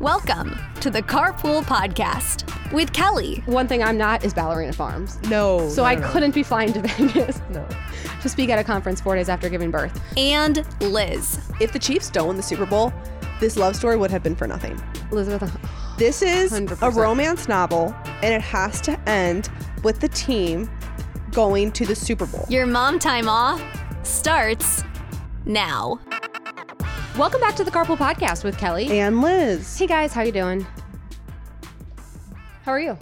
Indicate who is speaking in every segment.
Speaker 1: Welcome to the Carpool Podcast with Kelly,
Speaker 2: One thing I'm not is Ballerina Farms.
Speaker 3: No.
Speaker 2: So I couldn't be flying to Vegas
Speaker 3: No.
Speaker 2: to speak at a conference four days after giving birth.
Speaker 1: and Liz.
Speaker 3: If the Chiefs don't win the Super Bowl, this love story would have been for nothing.
Speaker 2: Elizabeth,
Speaker 3: This is a
Speaker 2: 100%.
Speaker 3: romance novel, and it has to end with the team going to the Super Bowl.
Speaker 1: Your mom time off starts now.
Speaker 2: welcome back to the Carpool Podcast with Kelly.
Speaker 3: And Liz.
Speaker 2: Hey guys, how you doing? How are you?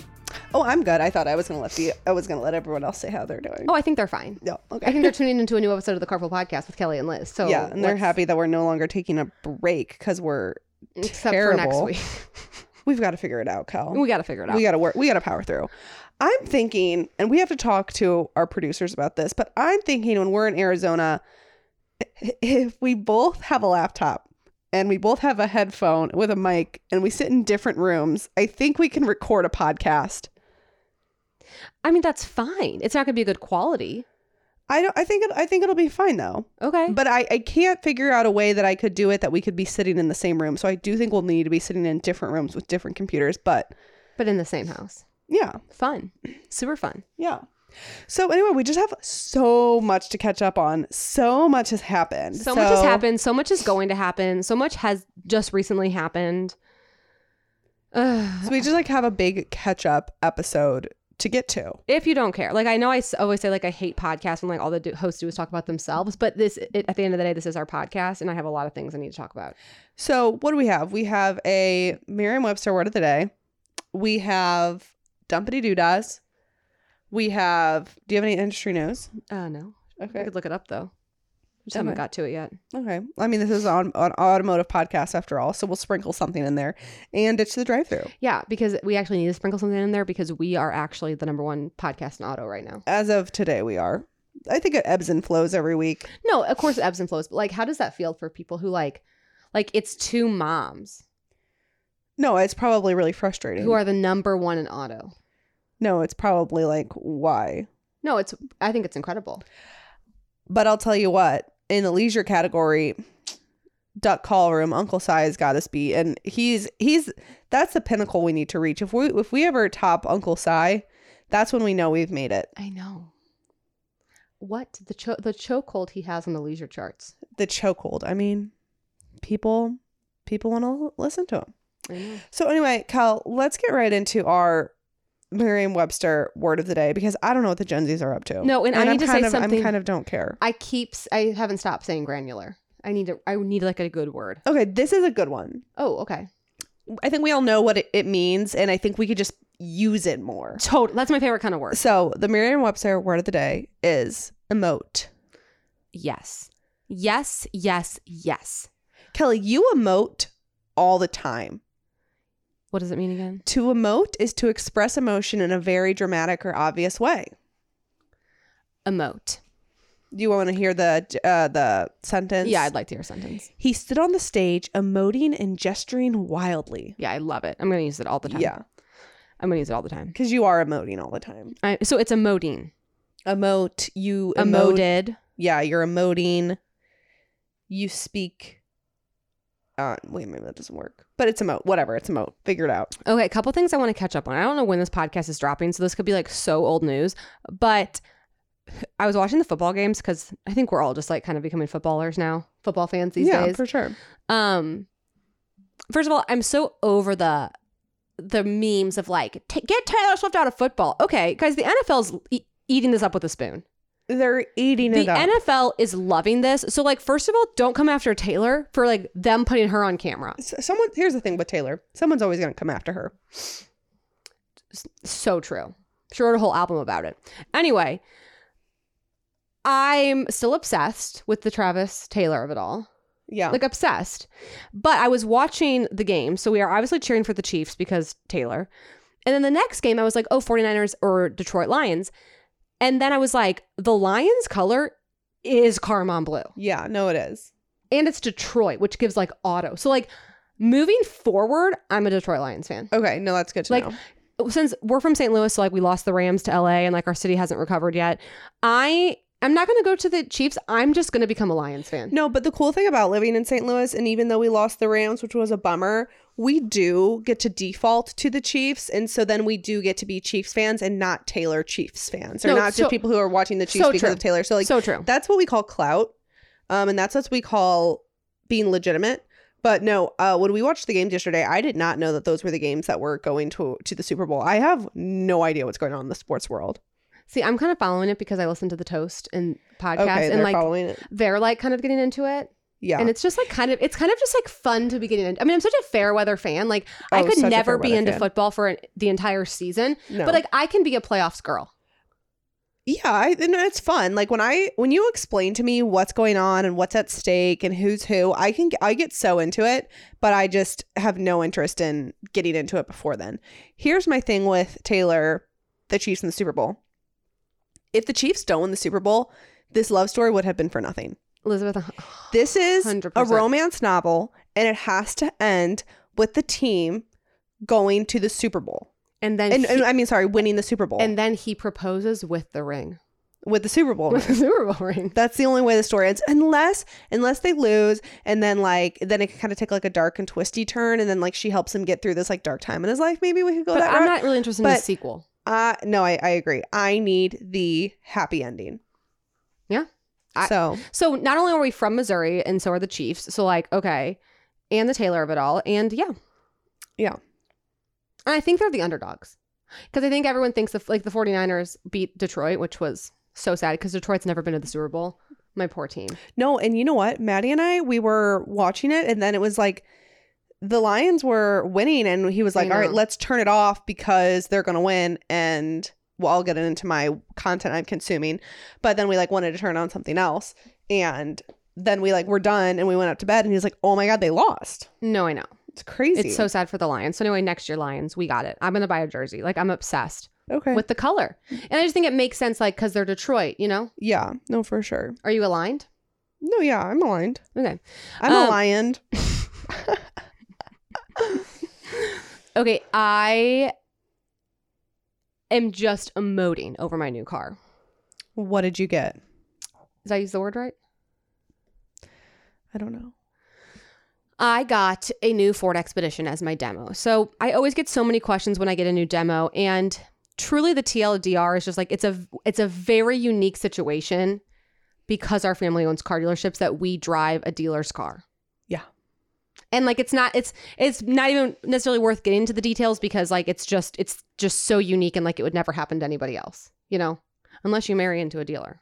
Speaker 3: Oh, I'm good. I thought I was gonna let the I was gonna let everyone else say how they're doing.
Speaker 2: Oh, I think they're fine.
Speaker 3: no, okay.
Speaker 2: I think they're tuning into a new episode of the Carpool Podcast with Kelly and Liz. So
Speaker 3: yeah, and they're
Speaker 2: let's-
Speaker 3: happy that we're no longer taking a break because we're
Speaker 2: except
Speaker 3: terrible.
Speaker 2: for next week.
Speaker 3: we've got to figure it out, Cal.
Speaker 2: we got to figure it out.
Speaker 3: We got to work. We got to power through. I'm thinking, and we have to talk to our producers about this, but I'm thinking when we're in Arizona, i- if we both have a laptop and we both have a headphone with a mic and we sit in different rooms, I think we can record a podcast.
Speaker 2: I mean, that's fine. It's not going to be a good quality.
Speaker 3: I don't. I think. It, I think it'll be fine though.
Speaker 2: Okay.
Speaker 3: But I, I can't figure out a way that I could do it that we could be sitting in the same room. So I do think we'll need to be sitting in different rooms with different computers. But
Speaker 2: but in the same house.
Speaker 3: yeah,
Speaker 2: Fun. Super fun.
Speaker 3: Yeah. So anyway, we just have so much to catch up on. So much has happened.
Speaker 2: so much has happened so much is going to happen so much has just recently happened Ugh.
Speaker 3: So we just like have a big catch up episode to get to.
Speaker 2: if you don't care like i know i s- always say like i hate podcasts when like all the do- hosts do is talk about themselves but this it, at the end of the day this is our podcast and i have a lot of things i need to talk about
Speaker 3: So what do we have? We have a Merriam-Webster word of the day. We have dumpity doodas. We have. Do you have any industry news?
Speaker 2: uh no i
Speaker 3: Okay.
Speaker 2: could look it up though just
Speaker 3: Damn
Speaker 2: haven't
Speaker 3: it.
Speaker 2: got to it yet
Speaker 3: Okay. I mean, this is on an automotive podcast after all, so we'll sprinkle something in there and ditch the drive-through.
Speaker 2: yeah because we actually need to sprinkle something in there because we are actually the number one podcast in auto right now
Speaker 3: As of today, we are. I think it ebbs and flows every week.
Speaker 2: no of course it ebbs and flows but like how does that feel for people who like like it's two moms
Speaker 3: No, it's probably really frustrating.
Speaker 2: who are the number one in auto
Speaker 3: No, it's probably like why.
Speaker 2: No, it's. I think it's incredible.
Speaker 3: But I'll tell you what, in the leisure category, duck call room, Uncle Si's got us beat, and he's he's that's the pinnacle we need to reach. If we if we ever top Uncle Si, that's when we know we've made it.
Speaker 2: I know. What the cho- the chokehold he has on the leisure charts.
Speaker 3: The chokehold. I mean, people people want to listen to him.
Speaker 2: I know.
Speaker 3: So anyway, Cal, let's get right into our Merriam-Webster word of the day because I don't know what the Gen Zs are up to.
Speaker 2: No, and I
Speaker 3: I'm
Speaker 2: need to say
Speaker 3: kind of,
Speaker 2: something-
Speaker 3: I'm kind of don't care.
Speaker 2: I keep. s- I haven't stopped saying granular. I need to. I need like a good word.
Speaker 3: Okay, this is a good one.
Speaker 2: Oh, okay.
Speaker 3: I think we all know what it, it means, and I think we could just use it more.
Speaker 2: Total. That's my favorite kind of word.
Speaker 3: So the Merriam-Webster word of the day is emote.
Speaker 2: Yes. Yes. Yes. Yes.
Speaker 3: Kelly, you emote all the time.
Speaker 2: What does it mean again?
Speaker 3: To emote is to express emotion in a very dramatic or obvious way.
Speaker 2: Emote.
Speaker 3: Do you want to hear the uh, the sentence?
Speaker 2: Yeah, I'd like to hear a sentence.
Speaker 3: He stood on the stage, emoting and gesturing wildly.
Speaker 2: Yeah, I love it. I'm gonna use it all the time.
Speaker 3: Yeah,
Speaker 2: I'm gonna use it all the time.
Speaker 3: because you are emoting all the time.
Speaker 2: I, so it's emoting.
Speaker 3: Emote. You emote.
Speaker 2: Emoted.
Speaker 3: yeah, you're emoting. You speak. Uh, wait a minute, that doesn't work. But it's emote. Whatever, it's emote. Figure it out.
Speaker 2: Okay, a couple things I want to catch up on. I don't know when this podcast is dropping, so this could be like so old news, but I was watching the football games because I think we're all just like kind of becoming footballers now, football fans these days.
Speaker 3: sure.
Speaker 2: um, first of all, I'm so over the the memes of like "Ta- get Taylor Swift out of football. Okay, guys, the NFL's e- eating this up with a spoon.
Speaker 3: They're eating it
Speaker 2: The
Speaker 3: up.
Speaker 2: NFL is loving this. So like, first of all, don't come after Taylor for like them putting her on camera.
Speaker 3: S- Someone here's the thing with Taylor. Someone's always gonna come after her.
Speaker 2: So true. She wrote a whole album about it. Anyway, I'm still obsessed with the Travis Taylor of it all.
Speaker 3: Yeah.
Speaker 2: Like obsessed. But I was watching the game. So we are obviously cheering for the Chiefs because Taylor. And then the next game I was like, oh, 49ers or Detroit Lions. And then I was like, the Lions color is Carmon Blue
Speaker 3: yeah. No, it is.
Speaker 2: and it's Detroit, which gives like auto. So like moving forward, I'm a Detroit Lions fan.
Speaker 3: Okay. No, that's good to
Speaker 2: Like-
Speaker 3: know.
Speaker 2: Since we're from St. Louis, so like we lost the Rams to LA and like our city hasn't recovered yet. I I'm not going to go to the Chiefs. I'm just going to become a Lions fan.
Speaker 3: No, but the cool thing about living in St. Louis, and even though we lost the Rams, which was a bummer, we do get to default to the Chiefs. And so then we do get to be Chiefs fans and not Taylor Chiefs fans, or
Speaker 2: No,
Speaker 3: not
Speaker 2: so-
Speaker 3: just people who are watching the Chiefs
Speaker 2: so
Speaker 3: because
Speaker 2: true.
Speaker 3: of Taylor. So, like,
Speaker 2: so true.
Speaker 3: that's what we call clout. Um, and that's what we call being legitimate. But no, uh, when we watched the games yesterday, I did not know that those were the games that were going to to the Super Bowl. I have no idea what's going on in the sports world.
Speaker 2: See, I'm kind of following it because I listen to the Toast and podcast,
Speaker 3: Okay,
Speaker 2: and
Speaker 3: they're
Speaker 2: like
Speaker 3: following it.
Speaker 2: they're like kind of getting into it,
Speaker 3: Yeah,
Speaker 2: and it's just like kind of it's kind of just like fun to be getting into. I mean, I'm such a fair weather fan. Like I
Speaker 3: Oh,
Speaker 2: could
Speaker 3: such a
Speaker 2: never
Speaker 3: fair
Speaker 2: be
Speaker 3: weather
Speaker 2: into
Speaker 3: fan.
Speaker 2: football for an, the entire season,
Speaker 3: no.
Speaker 2: but like I can be a playoffs girl.
Speaker 3: Yeah, I, and it's fun. Like when I when you explain to me what's going on and what's at stake and who's who, I can I get so into it, but I just have no interest in getting into it before then. Here's my thing with Taylor, the Chiefs in the Super Bowl. If the Chiefs don't win the Super Bowl, this love story would have been for nothing.
Speaker 2: Elizabeth,
Speaker 3: This is a
Speaker 2: 100%.
Speaker 3: romance novel, and it has to end with the team going to the Super Bowl.
Speaker 2: and then
Speaker 3: And,
Speaker 2: he,
Speaker 3: and I mean, sorry, winning the Super Bowl
Speaker 2: and then he proposes with the ring,
Speaker 3: with the Super Bowl.
Speaker 2: with the Super Bowl ring.
Speaker 3: That's the only way the story ends, unless unless they lose, and then like then it can kind of take like a dark and twisty turn, and then like she helps him get through this like dark time in his life. Maybe we could go
Speaker 2: But
Speaker 3: that
Speaker 2: I'm
Speaker 3: route.
Speaker 2: not really interested in the
Speaker 3: But-
Speaker 2: sequel.
Speaker 3: uh, no, I, I agree. I need the happy ending.
Speaker 2: Yeah. I-
Speaker 3: so
Speaker 2: So not only are we from Missouri, and so are the Chiefs. So like, okay, and the Taylor of it all, and yeah,
Speaker 3: Yeah.
Speaker 2: And I think they're the underdogs because I think everyone thinks of like the 49ers beat Detroit, which was so sad because Detroit's never been to the Super Bowl. My poor team.
Speaker 3: no, and you know what, Maddie and I we were watching it, and then it was like the Lions were winning, and he was
Speaker 2: I
Speaker 3: like, "All right,
Speaker 2: know.
Speaker 3: let's turn it off because they're gonna win." And well, I'll get into my content I'm consuming, but then we like wanted to turn on something else, and then we like were done, and we went up to bed, and he's like, "Oh my god, they lost!
Speaker 2: No, I know.
Speaker 3: It's crazy."
Speaker 2: It's so sad for the Lions. So anyway, next year Lions, we got it. I'm gonna buy a jersey. Like I'm obsessed
Speaker 3: okay.
Speaker 2: with the color, and I just think it makes sense, like because they're Detroit. You know,
Speaker 3: yeah, no, for sure.
Speaker 2: are you aligned?
Speaker 3: No, yeah, I'm aligned.
Speaker 2: Okay.
Speaker 3: I'm
Speaker 2: Um,
Speaker 3: aligned.
Speaker 2: Okay, I am just emoting over my new car.
Speaker 3: What did you get?
Speaker 2: Did I use the word right?
Speaker 3: I don't know.
Speaker 2: I got a new Ford Expedition as my demo. So I always get so many questions when I get a new demo, and truly the TLDR is just like it's a it's a very unique situation because our family owns car dealerships that we drive a dealer's car.
Speaker 3: Yeah.
Speaker 2: And like it's not it's it's not even necessarily worth getting into the details because like it's just it's just so unique and like it would never happen to anybody else, you know, unless you marry into a dealer.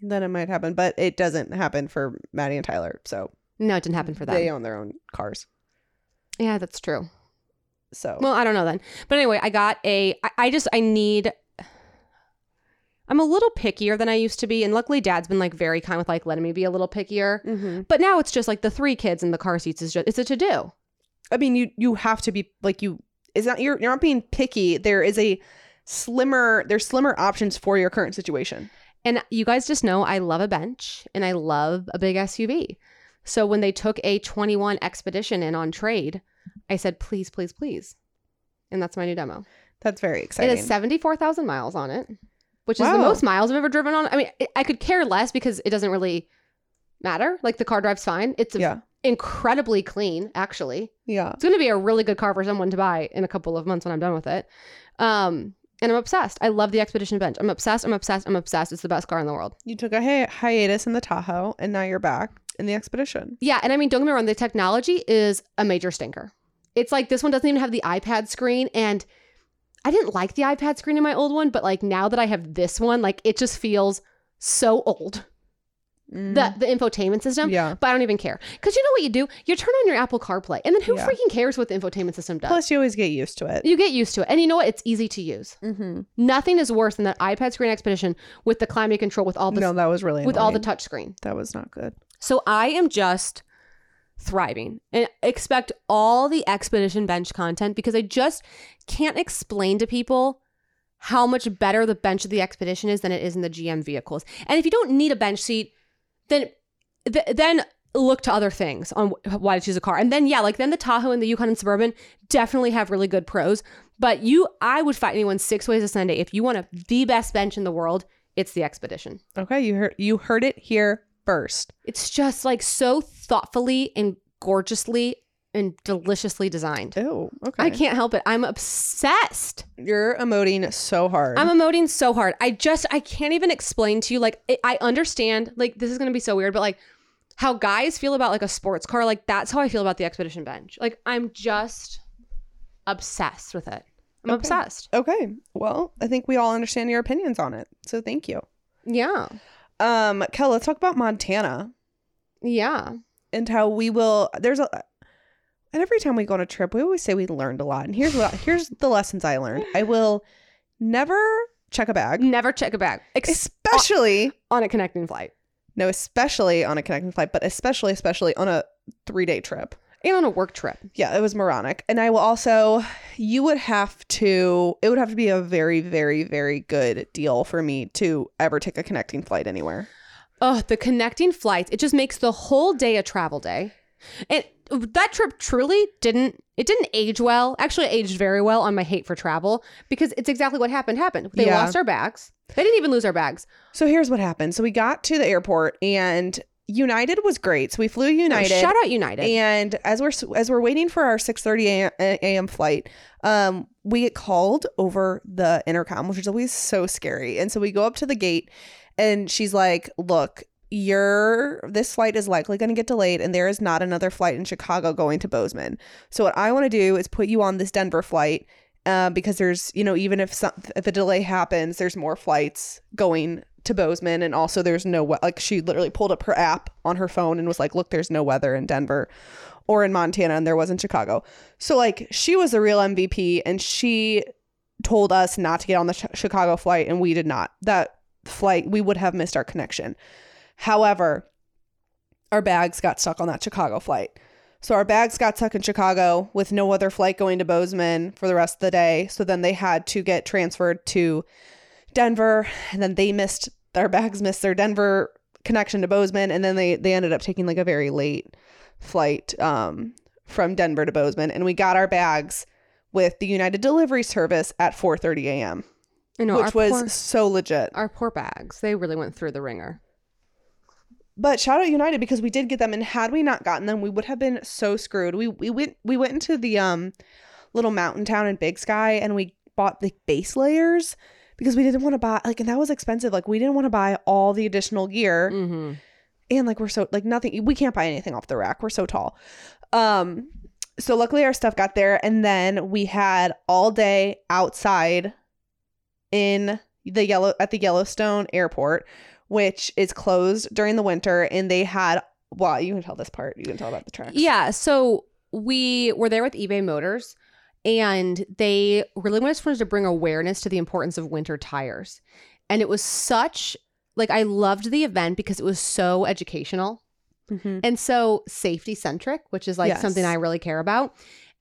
Speaker 3: Then it might happen, but it doesn't happen for Maddie and Tyler. So
Speaker 2: No, it didn't happen for them.
Speaker 3: they own their own cars.
Speaker 2: yeah, that's true.
Speaker 3: So
Speaker 2: Well, I don't know then. But anyway, I got a. I, I just I need. I'm a little pickier than I used to be, and luckily, Dad's been like very kind with like letting me be a little pickier.
Speaker 3: Mhm.
Speaker 2: But now it's just like the three kids and the car seats is just it's a to do.
Speaker 3: I mean, you you have to be like you. It's not you're you're not being picky. There is a slimmer. There's slimmer options for your current situation.
Speaker 2: And you guys just know I love a bench and I love a big SUV. So when they took a 21 Expedition in on trade, I said please, please, please, and that's my new demo.
Speaker 3: That's very exciting.
Speaker 2: It has 74,000 miles on it, which is the
Speaker 3: Wow.
Speaker 2: most miles I've ever driven on. I mean, I- I could care less because it doesn't really matter. Like the car drives fine. It's a-
Speaker 3: yeah,
Speaker 2: incredibly clean, actually.
Speaker 3: yeah.
Speaker 2: It's going to be a really good car for someone to buy in a couple of months when I'm done with it. Um, and I'm obsessed. I love the Expedition bench. I'm obsessed. I'm obsessed. I'm obsessed. It's the best car in the world.
Speaker 3: You took a hi- hiatus in the Tahoe, and now you're back in the expedition.
Speaker 2: Yeah, and I mean, don't get me wrong, the technology is a major stinker. It's like this one doesn't even have the iPad screen, and I didn't like the iPad screen in my old one, but like now that I have this one, like it just feels so old. The the infotainment system.
Speaker 3: Mm-hmm. yeah.
Speaker 2: But I don't even care. Because you know what you do? You turn on your Apple CarPlay, and then who
Speaker 3: Yeah.
Speaker 2: freaking cares what the infotainment system does?
Speaker 3: Plus, you always get used to it.
Speaker 2: you get used to it. And you know what? It's easy to use.
Speaker 3: Mm-hmm.
Speaker 2: Nothing is worse than that iPad screen expedition with the climate control with all the
Speaker 3: No, that was really
Speaker 2: with all the
Speaker 3: annoying.
Speaker 2: touch screen.
Speaker 3: that was not good.
Speaker 2: So I am just thriving and expect all the expedition bench content because I just can't explain to people how much better the bench of the expedition is than it is in the GM vehicles. And if you don't need a bench seat, then th- then look to other things on wh- why to choose a car. And then yeah, like then the Tahoe and the Yukon and Suburban definitely have really good pros, but you I would fight anyone six ways to Sunday if you want a, the best bench in the world, It's the expedition.
Speaker 3: Okay, you heard you heard it here first.
Speaker 2: It's just like so thoughtfully and gorgeously and deliciously designed.
Speaker 3: Oh, okay.
Speaker 2: I can't help it. I'm obsessed.
Speaker 3: You're emoting so hard.
Speaker 2: I'm emoting so hard. I just I can't even explain to you. Like it, I understand. Like this is gonna be so weird, but like how guys feel about like a sports car, like that's how I feel about the expedition bench. Like I'm just obsessed with it. I'm obsessed.
Speaker 3: okay. Well, I think we all understand your opinions on it. So thank you.
Speaker 2: Yeah.
Speaker 3: Um, Kel, let's talk about Montana
Speaker 2: Yeah.
Speaker 3: and how we will there's a and every time we go on a trip, we always say we learned a lot. And here's what here's the lessons I learned. I will never check a bag.
Speaker 2: Never check it back. Ex-
Speaker 3: Especially
Speaker 2: on a connecting flight.
Speaker 3: no, especially on a connecting flight, but especially, especially on a three day trip.
Speaker 2: And on a work trip.
Speaker 3: Yeah, it was moronic. And I will also, you would have to, it would have to be a very, very, very good deal for me to ever take a connecting flight anywhere.
Speaker 2: Oh, the connecting flights. It just makes the whole day a travel day. And that trip truly didn't it didn't age well. Actually it aged very well on my hate for travel because it's exactly what happened happened. They
Speaker 3: Yeah.
Speaker 2: lost our bags. They didn't even lose our bags.
Speaker 3: So here's what happened. So we got to the airport and United was great. So we flew
Speaker 2: No,
Speaker 3: United.
Speaker 2: shout out United.
Speaker 3: And as we're as we're waiting for our 6:30 a.m. a.m. flight, um, we get called over the intercom, which is always so scary. And so we go up to the gate, and she's like, "Look, your this flight is likely going to get delayed, and there is not another flight in Chicago going to Bozeman. So what I want to do is put you on this Denver flight." Um, because there's, you know, even if some, if a delay happens, there's more flights going to Bozeman, and also there's no we- like she literally pulled up her app on her phone and was like, "Look, there's no weather in Denver or in Montana, and there was in Chicago." So like she was the real MVP, and she told us not to get on the Chi- Chicago flight, and we did not. That flight we would have missed our connection. However, our bags got stuck on that Chicago flight. So our bags got stuck in Chicago with no other flight going to Bozeman for the rest of the day. So then they had to get transferred to Denver, and then they missed their bags missed their Denver connection to Bozeman, and then they they ended up taking like a very late flight um, from Denver to Bozeman, and we got our bags with the United Delivery Service at 4:30 a.m.,
Speaker 2: I know,
Speaker 3: which
Speaker 2: our
Speaker 3: was
Speaker 2: poor-
Speaker 3: so legit.
Speaker 2: our poor bags. They really went through the ringer.
Speaker 3: But shout out United because we did get them, and had we not gotten them, we would have been so screwed. We we went we went into the um little mountain town in Big Sky, and we bought the base layers because we didn't want to buy like, and that was expensive. Like we didn't want to buy all the additional gear,
Speaker 2: Mm-hmm.
Speaker 3: and like we're so like nothing. We can't buy anything off the rack. We're so tall. Um, so luckily our stuff got there, and then we had all day outside in the yellow at the Yellowstone Airport, which is closed during the winter, and they had well, you can tell this part. You can tell about the tracks.
Speaker 2: Yeah. So we were there with eBay Motors and they really wanted- just wanted to bring awareness to the importance of winter tires. And it was such like I loved the event because it was so educational
Speaker 3: Mhm.
Speaker 2: and so safety centric, which is like
Speaker 3: Yes.
Speaker 2: something I really care about.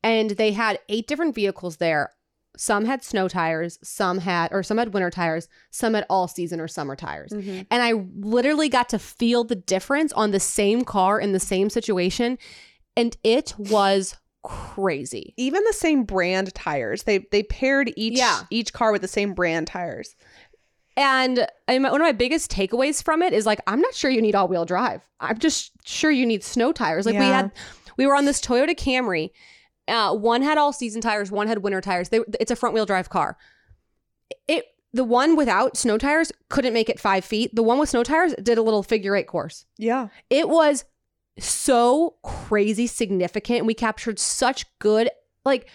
Speaker 2: And they had eight different vehicles there. Some had snow tires, some had or some had winter tires, some had all season or summer tires. And I literally got to feel the difference on the same car in the same situation. And it was crazy.
Speaker 3: Even the same brand tires. They they paired each
Speaker 2: Yeah.
Speaker 3: each car with the same brand tires.
Speaker 2: And I- my- one of my biggest takeaways from it is like, I'm not sure you need all wheel drive. I'm just sure you need snow tires. Like we
Speaker 3: Yeah.
Speaker 2: had, we were on this Toyota Camry. Uh, one had all season tires, one had winter tires. They, it's a front wheel drive car. It the one without snow tires couldn't make it five feet. The one with snow tires did a little figure eight course.
Speaker 3: Yeah.
Speaker 2: It was so crazy significant. We captured such good, like,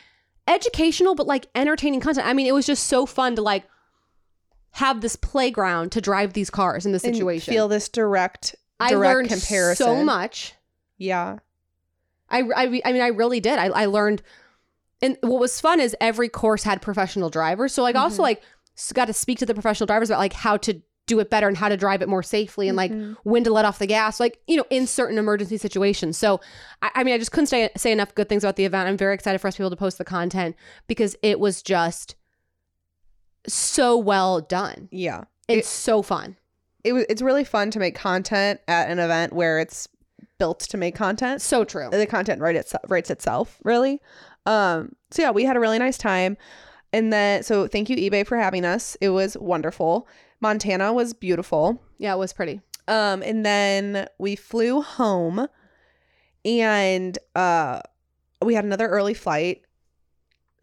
Speaker 2: educational, but like entertaining content. I mean, it was just so fun to like have this playground to drive these cars in this
Speaker 3: And
Speaker 2: situation.
Speaker 3: feel this direct
Speaker 2: I
Speaker 3: direct
Speaker 2: learned
Speaker 3: comparison.
Speaker 2: so much.
Speaker 3: Yeah.
Speaker 2: I, I, I mean, I really did. I, I learned, and what was fun is every course had professional drivers. So like, also like s- got to speak to the professional drivers about like how to do it better and how to drive it more safely and like when to let off the gas, like you know, in certain emergency situations. So I, I mean, I just couldn't say, say enough good things about the event. I'm very excited for us to be able to post the content because it was just so well done.
Speaker 3: Yeah.
Speaker 2: It's so fun.
Speaker 3: it was it's really fun to make content at an event where it's built to make content.
Speaker 2: So true.
Speaker 3: The content write itself writes itself, really. Um so yeah, we had a really nice time. And then so thank you eBay for having us. It was wonderful. Montana was beautiful.
Speaker 2: Yeah, it was pretty.
Speaker 3: Um, and then we flew home and uh we had another early flight.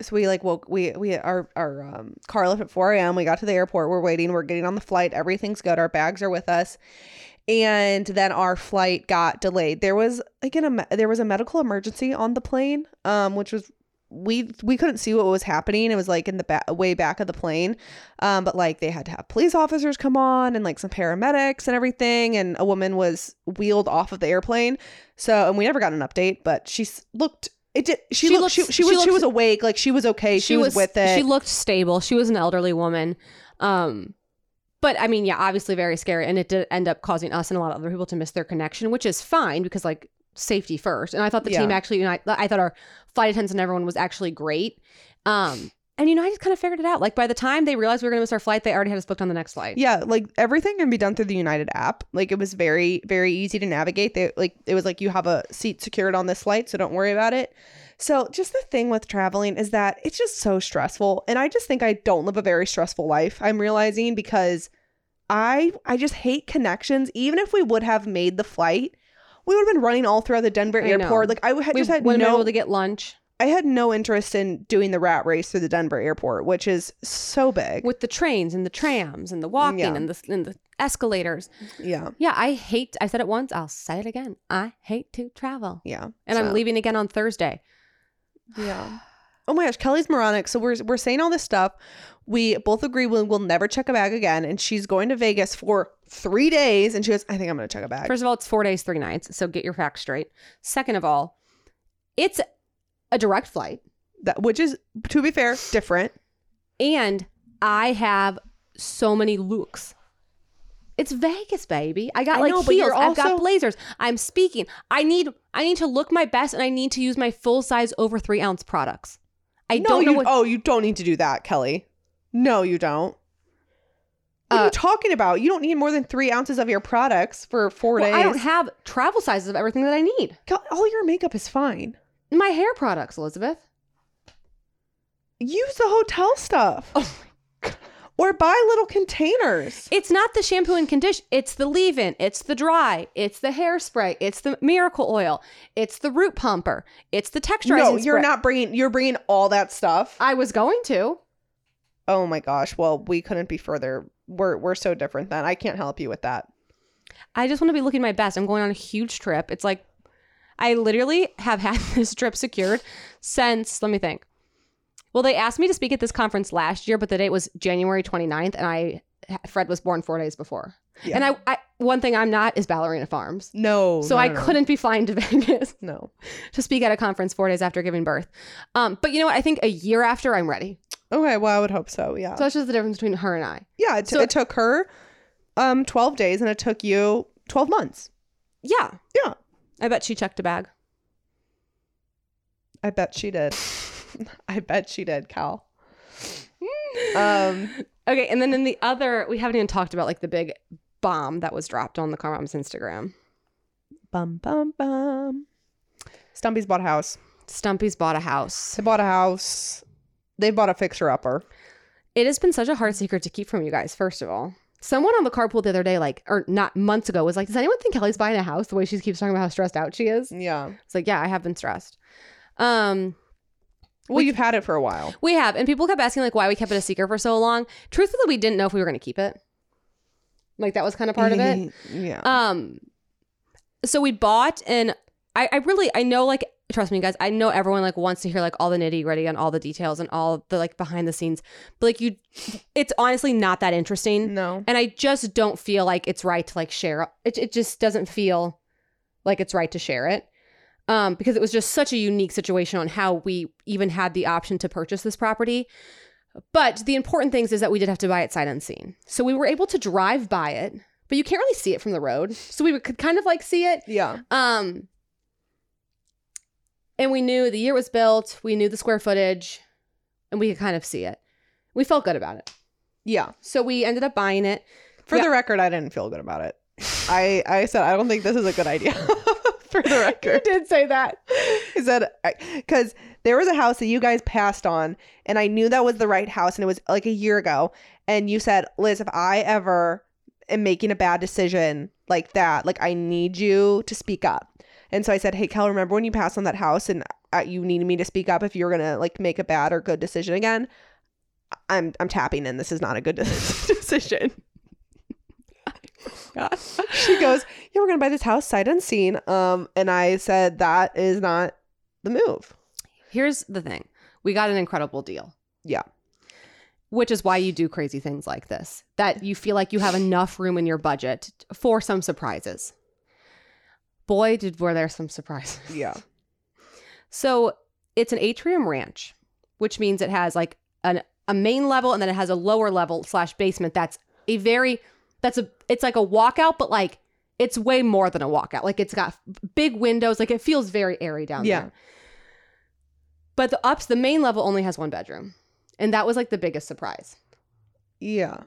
Speaker 3: So we like woke we we our our um, car left at 4 a.m. We got to the airport, we're waiting, we're getting on the flight, everything's good, our bags are with us. And then our flight got delayed. There was like an em- there was a medical emergency on the plane, um, which was we we couldn't see what was happening. It was like in the ba- way back of the plane, um, but like they had to have police officers come on and like some paramedics and everything. And a woman was wheeled off of the airplane. So and we never got an update, but she s- looked. It did. She,
Speaker 2: She
Speaker 3: looked.
Speaker 2: looked-
Speaker 3: she, she,
Speaker 2: she
Speaker 3: was. she
Speaker 2: looked-
Speaker 3: was awake. Like she was okay. She, was, with it.
Speaker 2: She looked stable. She was an elderly woman. Um, but I mean, yeah, obviously very scary, and it did end up causing us and a lot of other people to miss their connection, which is fine because like safety first. And I thought the team
Speaker 3: Yeah.
Speaker 2: actually, and I, I thought our flight attendants and everyone was actually great. Um, and you know, I just kind of figured it out. Like by the time they realized we were going to miss our flight, they already had us booked on the next flight.
Speaker 3: yeah, like everything can be done through the United app. Like it was very, very easy to navigate. They like it was like you have a seat secured on this flight, so don't worry about it. So just the thing with traveling is that it's just so stressful. And I just think I don't live a very stressful life. I'm realizing because I I just hate connections. Even if we would have made the flight, we would have been running all throughout the Denver
Speaker 2: I know.
Speaker 3: airport. Like I had
Speaker 2: we
Speaker 3: just had
Speaker 2: wouldn't been
Speaker 3: no
Speaker 2: able to get lunch
Speaker 3: I had no interest in doing the rat race through the Denver airport, which is so big.
Speaker 2: with the trains and the trams and the walking
Speaker 3: Yeah.
Speaker 2: and the and the escalators.
Speaker 3: yeah.
Speaker 2: Yeah, I hate. I said it once. I'll say it again. I hate to travel.
Speaker 3: Yeah.
Speaker 2: And
Speaker 3: So-
Speaker 2: I'm leaving again on Thursday.
Speaker 3: Yeah. Oh my gosh, Kelly's moronic. So we're we're saying all this stuff. We both agree we'll, we'll never check a bag again, and she's going to Vegas for three days. And she goes, "I think I'm going to check a bag."
Speaker 2: First of all, it's four days, three nights. So get your facts straight. Second of all, it's a direct flight.
Speaker 3: that, which is, to be fair, different.
Speaker 2: And I have so many looks. It's Vegas, baby. I got
Speaker 3: I
Speaker 2: like
Speaker 3: know, but
Speaker 2: heels.
Speaker 3: you're
Speaker 2: I've got
Speaker 3: also-
Speaker 2: blazers. I'm speaking. I need I need to look my best and I need to use my full size over three ounce products. I
Speaker 3: no,
Speaker 2: don't know
Speaker 3: you,
Speaker 2: what
Speaker 3: oh, you don't need to do that, Kelly. No, you don't. What are you
Speaker 2: Uh,
Speaker 3: talking about? You don't need more than three ounces of your products for four
Speaker 2: Well,
Speaker 3: days.
Speaker 2: I don't have travel sizes of everything that I need.
Speaker 3: Kel- all your makeup is fine.
Speaker 2: My hair products, Elizabeth.
Speaker 3: Use the hotel stuff.
Speaker 2: Oh
Speaker 3: Or buy little containers.
Speaker 2: It's not the shampoo and condition. It's the leave-in. It's the dry. It's the hairspray. It's the miracle oil. It's the root pumper. It's the texturizing.
Speaker 3: No, you're
Speaker 2: spray.
Speaker 3: not bringing. You're bringing all that stuff.
Speaker 2: I was going to.
Speaker 3: Oh my gosh. Well, we couldn't be further. We're we're so different then. I can't help you with that.
Speaker 2: I just want to be looking my best. I'm going on a huge trip. It's like I literally have had this trip secured since. Let me think. Well, they asked me to speak at this conference last year, but the date was January 29th, and I Fred was born four days before.
Speaker 3: Yeah.
Speaker 2: And I, I one thing I'm not is Ballerina Farms.
Speaker 3: No.
Speaker 2: So I couldn't be flying to Vegas.
Speaker 3: No.
Speaker 2: to speak at a conference four days after giving birth. Um, but you know what? I think a year after I'm ready.
Speaker 3: Okay. Well, I would hope so. Yeah.
Speaker 2: So that's just the difference between her and I.
Speaker 3: yeah. It, t-
Speaker 2: so-
Speaker 3: it took her um 12 days and it took you 12 months.
Speaker 2: Yeah.
Speaker 3: Yeah.
Speaker 2: I bet she checked a bag.
Speaker 3: I bet she did. I bet she did, Cal. um.
Speaker 2: Okay. And then in the other, we haven't even talked about like the big bomb that was dropped on the car mom's Instagram.
Speaker 3: Bum bum bum. Stumpy's bought a house.
Speaker 2: Stumpy's bought a house.
Speaker 3: They bought a house. They bought a fixer upper.
Speaker 2: It has been such a hard secret to keep from you guys, first of all. Someone on the carpool the other day, like, or not months ago, was like, Does anyone think Kelly's buying a house the way she keeps talking about how stressed out she is?
Speaker 3: Yeah.
Speaker 2: It's like, Yeah, I have been stressed. Um,
Speaker 3: Well, you've had it for a while.
Speaker 2: We have. And people kept asking like why we kept it a secret for so long. Truthfully, we didn't know if we were gonna keep it. Like that was kind of part of
Speaker 3: Mm-hmm.
Speaker 2: it.
Speaker 3: yeah.
Speaker 2: Um so we bought and I, I really I know like trust me guys, I know everyone like wants to hear like all the nitty gritty and all the details and all the like behind the scenes. But like you it's honestly not that interesting.
Speaker 3: no.
Speaker 2: And I just don't feel like it's right to like share it it just doesn't feel like it's right to share it. Um, because it was just such a unique situation on how we even had the option to purchase this property. But the important things is that we did have to buy it sight unseen. So we were able to drive by it, but you can't really see it from the road. So we could kind of like see it.
Speaker 3: Yeah.
Speaker 2: Um, and we knew the year it was built, we knew the square footage, and we could kind of see it. We felt good about it.
Speaker 3: Yeah.
Speaker 2: So we ended up buying it.
Speaker 3: For
Speaker 2: Yeah.
Speaker 3: the record, I didn't feel good about it. I, I said, I don't think this is a good idea. For the record. You did say that. I said, because there was a house that you guys passed on, and I knew that was the right house, and it was like a year ago. and you said, Liz, if I ever am making a bad decision like that, like I need you to speak up. And so I said, Hey, Kel, remember when you passed on that house and uh, you needed me to speak up if you were gonna like make a bad or good decision again? I'm I'm tapping in. This is not a good decision. God. She goes, Yeah, we're gonna buy this house sight unseen. Um, and I said that is not the move.
Speaker 2: Here's the thing we got an incredible deal.
Speaker 3: Yeah.
Speaker 2: Which is why you do crazy things like this, that you feel like you have enough room in your budget for some surprises. Boy, did were there some surprises.
Speaker 3: Yeah.
Speaker 2: So it's an atrium ranch, which means it has like an, a main level and then it has a lower level slash basement. That's a very, that's a, it's like a walkout, but like it's way more than a walkout. Like it's got big windows. Like it feels very airy down
Speaker 3: Yeah.
Speaker 2: there. But the ups, the main level only has one bedroom. And that was like the biggest surprise
Speaker 3: Yeah.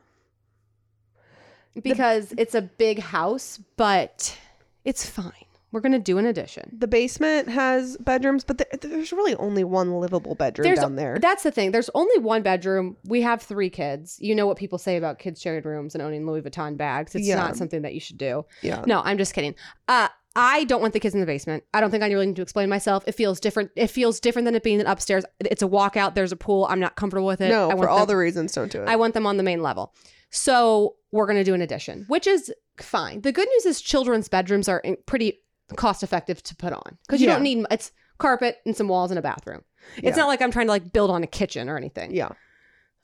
Speaker 2: because it's a big house, but it's fine. We're going to do an addition.
Speaker 3: The basement has bedrooms, but th- there's really only one livable bedroom
Speaker 2: There's-
Speaker 3: down there.
Speaker 2: That's the thing. There's only one bedroom. We have three kids. You know what people say about kids sharing rooms and owning Louis Vuitton bags. It's
Speaker 3: Yeah.
Speaker 2: not something that you should do.
Speaker 3: yeah.
Speaker 2: No, I'm just kidding. Uh, I don't want the kids in the basement. I don't think I really need to explain myself. It feels different. It feels different than it being upstairs. It's a walkout. There's a pool. I'm not comfortable with it.
Speaker 3: No,
Speaker 2: I
Speaker 3: for all
Speaker 2: them-
Speaker 3: the reasons, don't do it.
Speaker 2: I want them on the main level. So we're going to do an addition, which is fine. The good news is children's bedrooms are in- pretty cost effective to put on because you
Speaker 3: Yeah.
Speaker 2: don't need it's carpet and some walls and a bathroom. It's
Speaker 3: Yeah.
Speaker 2: not like I'm trying to like build on a kitchen or anything.
Speaker 3: yeah.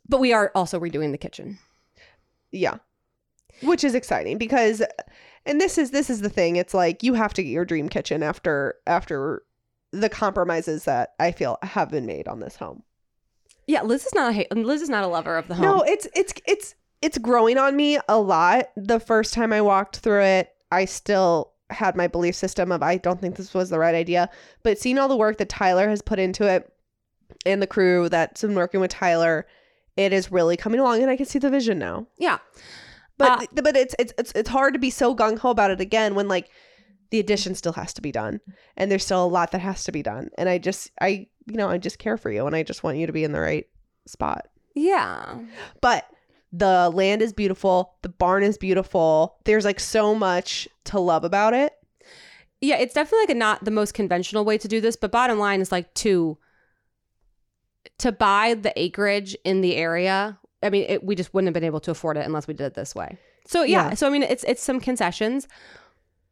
Speaker 2: But we are also redoing the kitchen.
Speaker 3: Yeah. Which is exciting because and this is this is the thing. It's like you have to get your dream kitchen after after the compromises that I feel have been made on this home.
Speaker 2: Yeah, Liz is not a ha- Liz is not a lover of the home.
Speaker 3: No, it's it's it's it's growing on me a lot. The first time I walked through it, I still had my belief system of I don't think this was the right idea. But seeing all the work that Tyler has put into it and the crew that's been working with Tyler, it is really coming along and I can see the vision now.
Speaker 2: Yeah. Uh,
Speaker 3: But th- but it's it's it's it's hard to be so gung ho about it again when like the addition still has to be done and there's still a lot that has to be done. And I just I you know, I just care for you and I just want you to be in the right spot.
Speaker 2: Yeah.
Speaker 3: But the land is beautiful. The barn is beautiful. There's like so much to love about it.
Speaker 2: Yeah, it's definitely like a not the most conventional way to do this, but bottom line is like to to buy the acreage in the area. I mean, it, we just wouldn't have been able to afford it unless we did it this way. So yeah,
Speaker 3: Yeah.
Speaker 2: so I mean, it's it's some concessions,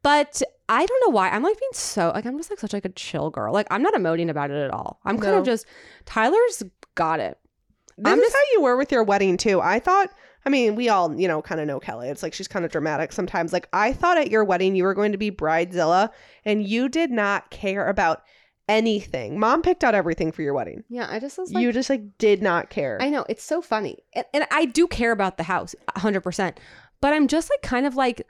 Speaker 2: but I don't know why I'm like being so like I'm just like such like a chill girl. Like I'm not emoting about it at all. I'm kind of
Speaker 3: No.
Speaker 2: just Tyler's got it.
Speaker 3: This
Speaker 2: I'm
Speaker 3: is
Speaker 2: just-
Speaker 3: how you were with your wedding too. I thought. I mean, we all you know kind of know Kelly. It's like she's kind of dramatic sometimes. Like I thought at your wedding you were going to be bridezilla, and you did not care about anything. Mom picked out everything for your wedding.
Speaker 2: Yeah, I just was
Speaker 3: you just like did not care.
Speaker 2: I know it's so funny, and, and I do care about the house, hundred percent. But I'm just like kind of like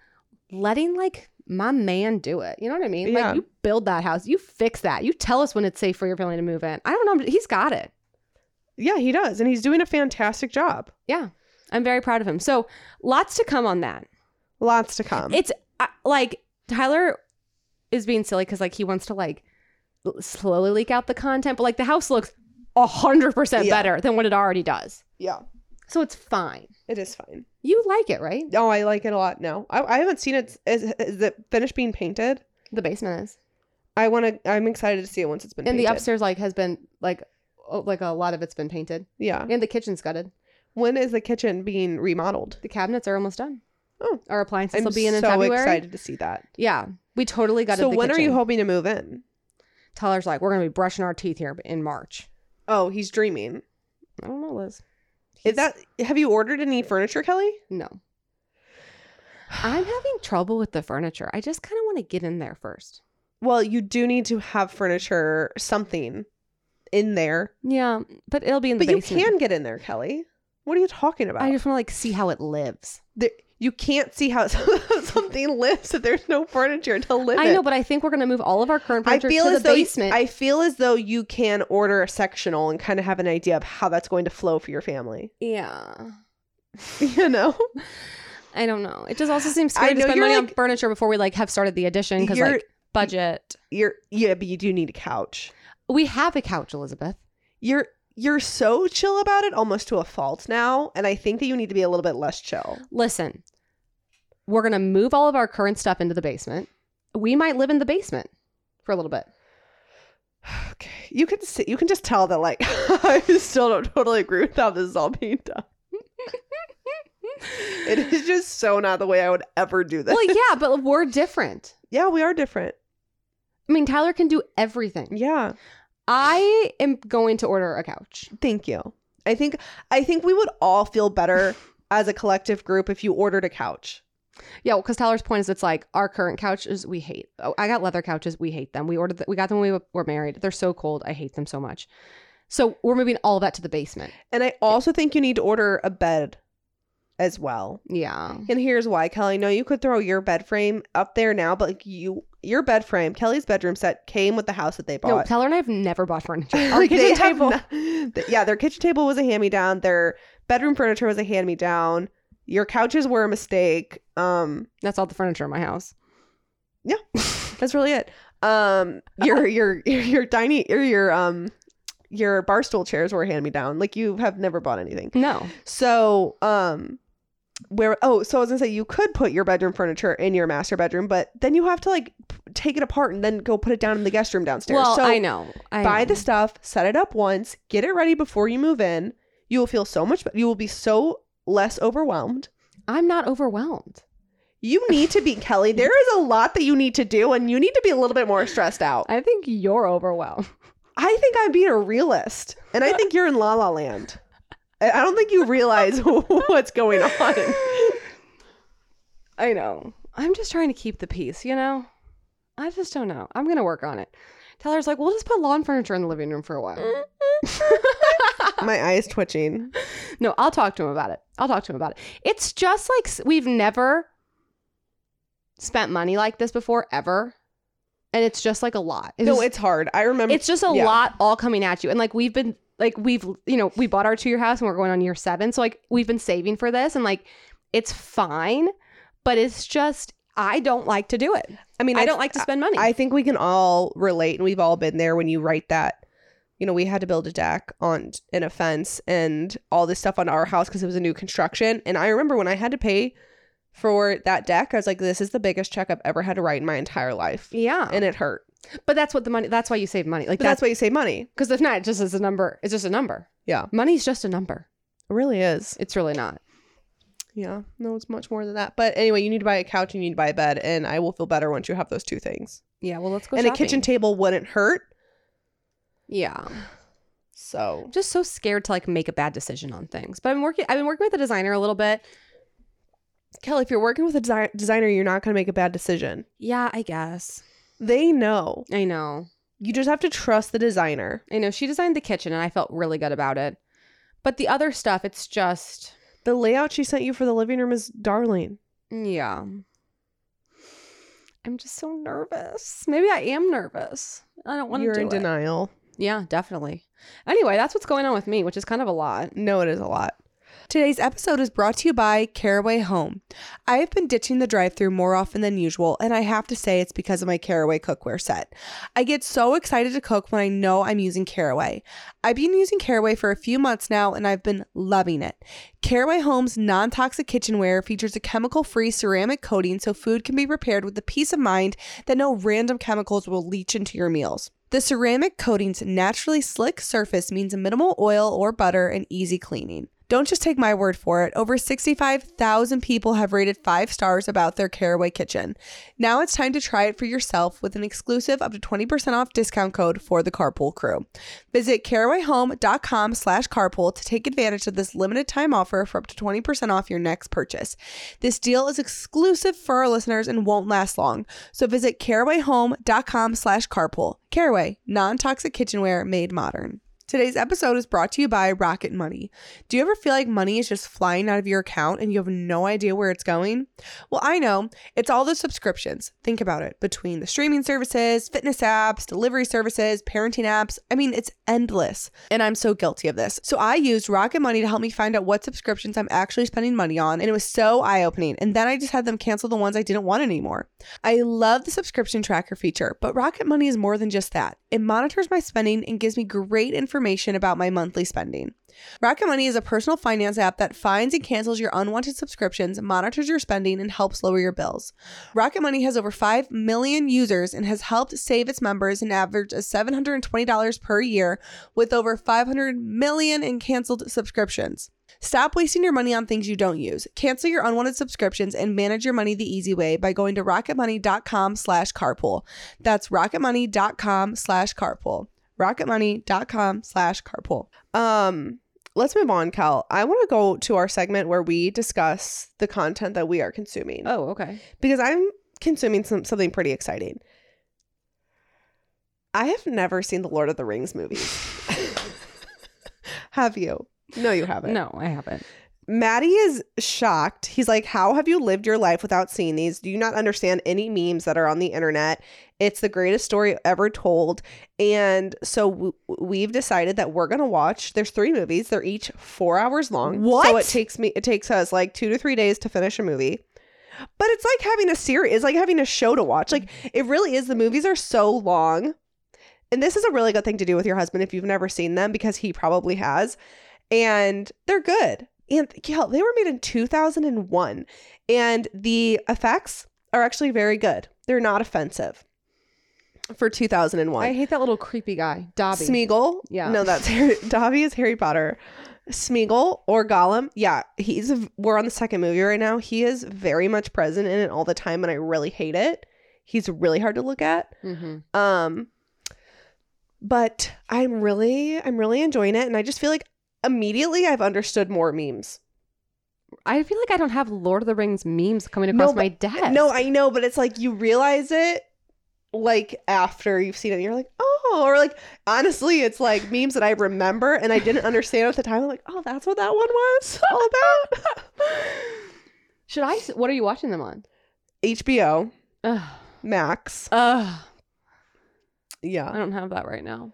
Speaker 2: letting like my man do it. You know what I mean?
Speaker 3: Yeah.
Speaker 2: Like you build that house, you fix that, you tell us when it's safe for your family to move in. I don't know. He's got it.
Speaker 3: yeah, he does, and he's doing a fantastic job.
Speaker 2: Yeah, I'm very proud of him. So lots to come on that.
Speaker 3: Lots to come.
Speaker 2: It's uh, like Tyler is being silly because like he wants to like l- slowly leak out the content, but like the house looks hundred percent
Speaker 3: Yeah.
Speaker 2: better than what it already does.
Speaker 3: yeah,
Speaker 2: So it's fine.
Speaker 3: it is fine.
Speaker 2: You like it, right?
Speaker 3: Oh, I like it a lot now. I, I haven't seen it. Is, is it finished being painted?
Speaker 2: The basement is.
Speaker 3: I want to. I'm excited to see it once it's been
Speaker 2: and the
Speaker 3: painted.
Speaker 2: upstairs like has been like oh, like a lot of it's been painted
Speaker 3: Yeah.
Speaker 2: and the kitchen's gutted
Speaker 3: When is the kitchen being remodeled?
Speaker 2: the cabinets are almost done
Speaker 3: Oh.
Speaker 2: our appliances
Speaker 3: I'm
Speaker 2: will be in in
Speaker 3: so
Speaker 2: february
Speaker 3: excited to see that.
Speaker 2: yeah we totally got
Speaker 3: so when are you hoping to move in?
Speaker 2: tyler's like we're gonna be brushing our teeth here in march
Speaker 3: Oh, he's dreaming.
Speaker 2: i don't know liz
Speaker 3: Is that? Have you ordered any furniture, Kelly?
Speaker 2: no i'm having trouble with the furniture i just kind of want to get in there first
Speaker 3: Well, you do need to have furniture, something, in there.
Speaker 2: yeah but it'll be in the
Speaker 3: But you
Speaker 2: basement
Speaker 3: can get in there, Kelly. What are you talking about?
Speaker 2: i just want to like see how it lives
Speaker 3: There- you can't see how something lives if there's no furniture to live
Speaker 2: i
Speaker 3: in.
Speaker 2: know but i think we're gonna move all of our current
Speaker 3: I
Speaker 2: furniture
Speaker 3: feel
Speaker 2: to the
Speaker 3: as though
Speaker 2: basement
Speaker 3: I feel as though you can order a sectional and kind of have an idea of how that's going to flow for your family.
Speaker 2: yeah
Speaker 3: You know,
Speaker 2: I don't know. It just also seems
Speaker 3: I
Speaker 2: scary to
Speaker 3: know
Speaker 2: spend
Speaker 3: you're,
Speaker 2: money on
Speaker 3: like-
Speaker 2: furniture before we like have started the addition because
Speaker 3: You're-
Speaker 2: like budget.
Speaker 3: you're yeah, but you do need a couch.
Speaker 2: We have a couch, Elizabeth.
Speaker 3: You're you're so chill about it almost to a fault now. And I think that you need to be a little bit less chill.
Speaker 2: Listen, we're going to move all of our current stuff into the basement. We might live in the basement for a little bit.
Speaker 3: Okay. You can see, you can just tell that like I still don't totally agree with how this is all being done. it is just so not the way I would ever do this.
Speaker 2: Well, yeah, but we're different.
Speaker 3: yeah, we are different.
Speaker 2: I mean, Tyler can do everything.
Speaker 3: Yeah.
Speaker 2: I am going to order a couch.
Speaker 3: Thank you. I think I think we would all feel better as a collective group if you ordered a couch.
Speaker 2: Yeah, because Tyler's point is it's like our current couches we hate. Oh, I got leather couches. We hate them. We ordered th- we got them when we w- were married. They're so cold. I hate them so much. So we're moving all that to the basement.
Speaker 3: And I also think you need to order a bed as well.
Speaker 2: Yeah.
Speaker 3: And here's why, Kelly. No, you could throw your bed frame up there now, but like you your bed frame, Kelly's bedroom set came with the house that they
Speaker 2: No,
Speaker 3: bought.
Speaker 2: Tyler and I have never bought furniture. Our
Speaker 3: Like, they
Speaker 2: kitchen
Speaker 3: have
Speaker 2: table.
Speaker 3: no- th- yeah, their kitchen table was a hand me down. Their bedroom furniture was a hand me down. Your couches were a mistake. Um,
Speaker 2: That's all the furniture in my house.
Speaker 3: that's really it. Um, your your your dining or your um your bar stool chairs were hand me down. Like you have never bought anything.
Speaker 2: No.
Speaker 3: So, um, where oh, so I was gonna say you could put your bedroom furniture in your master bedroom, but then you have to like p- take it apart and then go put it down in the guest room downstairs.
Speaker 2: Well,
Speaker 3: so
Speaker 2: I know. I
Speaker 3: buy
Speaker 2: know.
Speaker 3: the stuff, set it up once, get it ready before you move in. You will feel so much. be- You will be so less overwhelmed.
Speaker 2: I'm not overwhelmed.
Speaker 3: You need to be Kelly. There is a lot that you need to do, and you need to be a little bit more stressed out.
Speaker 2: I think you're overwhelmed.
Speaker 3: I think I'm being a realist, and I think you're in La La Land. I I don't think you realize what's going on.
Speaker 2: I know. I'm just trying to keep the peace, you know? I just don't know. I'm going to work on it. Tyler's like, we'll just put lawn furniture in the living room for a while.
Speaker 3: My eye is twitching.
Speaker 2: no, I'll talk to him about it. I'll talk to him about it. It's just like s- we've never spent money like this before, ever. And it's just like a lot. It's
Speaker 3: no,
Speaker 2: just-
Speaker 3: it's hard. I remember.
Speaker 2: it's just a
Speaker 3: yeah.
Speaker 2: lot all coming at you. And like we've been like we've you know, we bought our two year house and we're going on year seven. So like we've been saving for this and like it's fine, but it's just I don't like to do it.
Speaker 3: I mean,
Speaker 2: I don't like to spend money.
Speaker 3: I think we can all relate, and we've all been there when you write that. You know, we had to build a deck on an a fence and all this stuff on our house because it was a new construction. And I remember when I had to pay for that deck, I was like, "This is the biggest check I've ever had to write in my entire life,"
Speaker 2: yeah.
Speaker 3: and it hurt.
Speaker 2: but that's what the money that's why you save money. Like
Speaker 3: But that's
Speaker 2: that's
Speaker 3: why you save money.
Speaker 2: because if not, it just is a number. It's just a number.
Speaker 3: Yeah,
Speaker 2: Money's just a number.
Speaker 3: it really is.
Speaker 2: It's really not.
Speaker 3: Yeah, no, it's much more than that. But anyway, you need to buy a couch, and you need to buy a bed, and I will feel better once you have those two things.
Speaker 2: Yeah, well let's go.
Speaker 3: and a kitchen table wouldn't hurt.
Speaker 2: yeah.
Speaker 3: So
Speaker 2: I'm just so scared to like make a bad decision on things. But I'm working I've been working with the designer a little bit.
Speaker 3: Kelly, if you're working with a desi- designer, you're not going to make a bad decision.
Speaker 2: Yeah, I guess.
Speaker 3: They know.
Speaker 2: I know.
Speaker 3: You just have to trust the designer.
Speaker 2: I know she designed the kitchen and I felt really good about it. But the other stuff, it's just,
Speaker 3: The layout she sent you for the living room is darling.
Speaker 2: yeah. I'm just so nervous. Maybe I am nervous. I don't want to
Speaker 3: You're
Speaker 2: do
Speaker 3: in
Speaker 2: it.
Speaker 3: denial.
Speaker 2: Yeah, definitely. Anyway, that's what's going on with me, which is kind of a lot.
Speaker 3: No, it is a lot.
Speaker 4: Today's episode is brought to you by Caraway Home. I have been ditching the drive through more often than usual, and I have to say it's because of my Caraway cookware set. I get so excited to cook when I know I'm using Caraway. I've been using Caraway for a few months now, and I've been loving it. Caraway Home's non toxic kitchenware features a chemical free ceramic coating so food can be prepared with the peace of mind that no random chemicals will leach into your meals. The ceramic coating's naturally slick surface means minimal oil or butter and easy cleaning. Don't just take my word for it. Over 65,000 people have rated five stars about their Caraway kitchen. Now it's time to try it for yourself with an exclusive up to 20% off discount code for the Carpool Crew. Visit carawayhome.com slash carpool to take advantage of this limited time offer for up to 20% off your next purchase. This deal is exclusive for our listeners and won't last long. So visit carawayhome.com slash carpool. Caraway, non-toxic kitchenware made modern. Today's episode is brought to you by Rocket Money. Do you ever feel like money is just flying out of your account and you have no idea where it's going? Well, I know. It's all the subscriptions. Think about it between the streaming services, fitness apps, delivery services, parenting apps. I mean, it's endless. And I'm so guilty of this. So I used Rocket Money to help me find out what subscriptions I'm actually spending money on. And it was so eye opening. And then I just had them cancel the ones I didn't want anymore. I love the subscription tracker feature, but Rocket Money is more than just that. It monitors my spending and gives me great information about my monthly spending. Rocket Money is a personal finance app that finds and cancels your unwanted subscriptions, monitors your spending, and helps lower your bills. Rocket Money has over 5 million users and has helped save its members an average of $720 per year with over 500 million in canceled subscriptions. Stop wasting your money on things you don't use. Cancel your unwanted subscriptions and manage your money the easy way by going to rocketmoney.com slash carpool. That's rocketmoney.com slash carpool. rocketmoney.com slash carpool.
Speaker 3: Um, let's move on, Cal. I want to go to our segment where we discuss the content that we are consuming
Speaker 2: Oh, okay.
Speaker 3: because I'm consuming some something pretty exciting. I have never seen the Lord of the Rings movies. have you? No, you haven't.
Speaker 2: No, I haven't.
Speaker 3: Maddie is shocked. He's like, How have you lived your life without seeing these? Do you not understand any memes that are on the internet? It's the greatest story ever told. And so w- we've decided that we're going to watch. There's three movies, they're each four hours long. So it
Speaker 2: What?
Speaker 3: takes me, it takes us like two to three days to finish a movie. But it's like having a series, it's like having a show to watch. Like it really is. The movies are so long. And this is a really good thing to do with your husband if you've never seen them because he probably has. And they're good. And yeah, they were made in 2001 and the effects are actually very good. They're not offensive for 2001.
Speaker 2: I hate that little creepy guy, Dobby.
Speaker 3: Smeagol.
Speaker 2: Yeah.
Speaker 3: No, that's Harry. Dobby is Harry Potter. Smeagol or Gollum. Yeah, he's. A, we're on the second movie right now. He is very much present in it all the time, and I really hate it. He's really hard to look at.
Speaker 2: Mhm.
Speaker 3: Um, but I'm really, I'm really enjoying it, and I just feel like immediately I've understood more memes.
Speaker 2: I feel like I don't have Lord of the Rings memes coming across
Speaker 3: but-
Speaker 2: my desk.
Speaker 3: No, I know, but it's like you realize it like after you've seen it, and you're like, oh, or like honestly, it's like memes that I remember and I didn't understand at the time. I'm like, oh, that's what that one was all about.
Speaker 2: should I. s- What are you watching them on?
Speaker 3: HBO
Speaker 2: Ugh.
Speaker 3: Max,
Speaker 2: Ugh. I
Speaker 3: yeah,
Speaker 2: don't have that right now.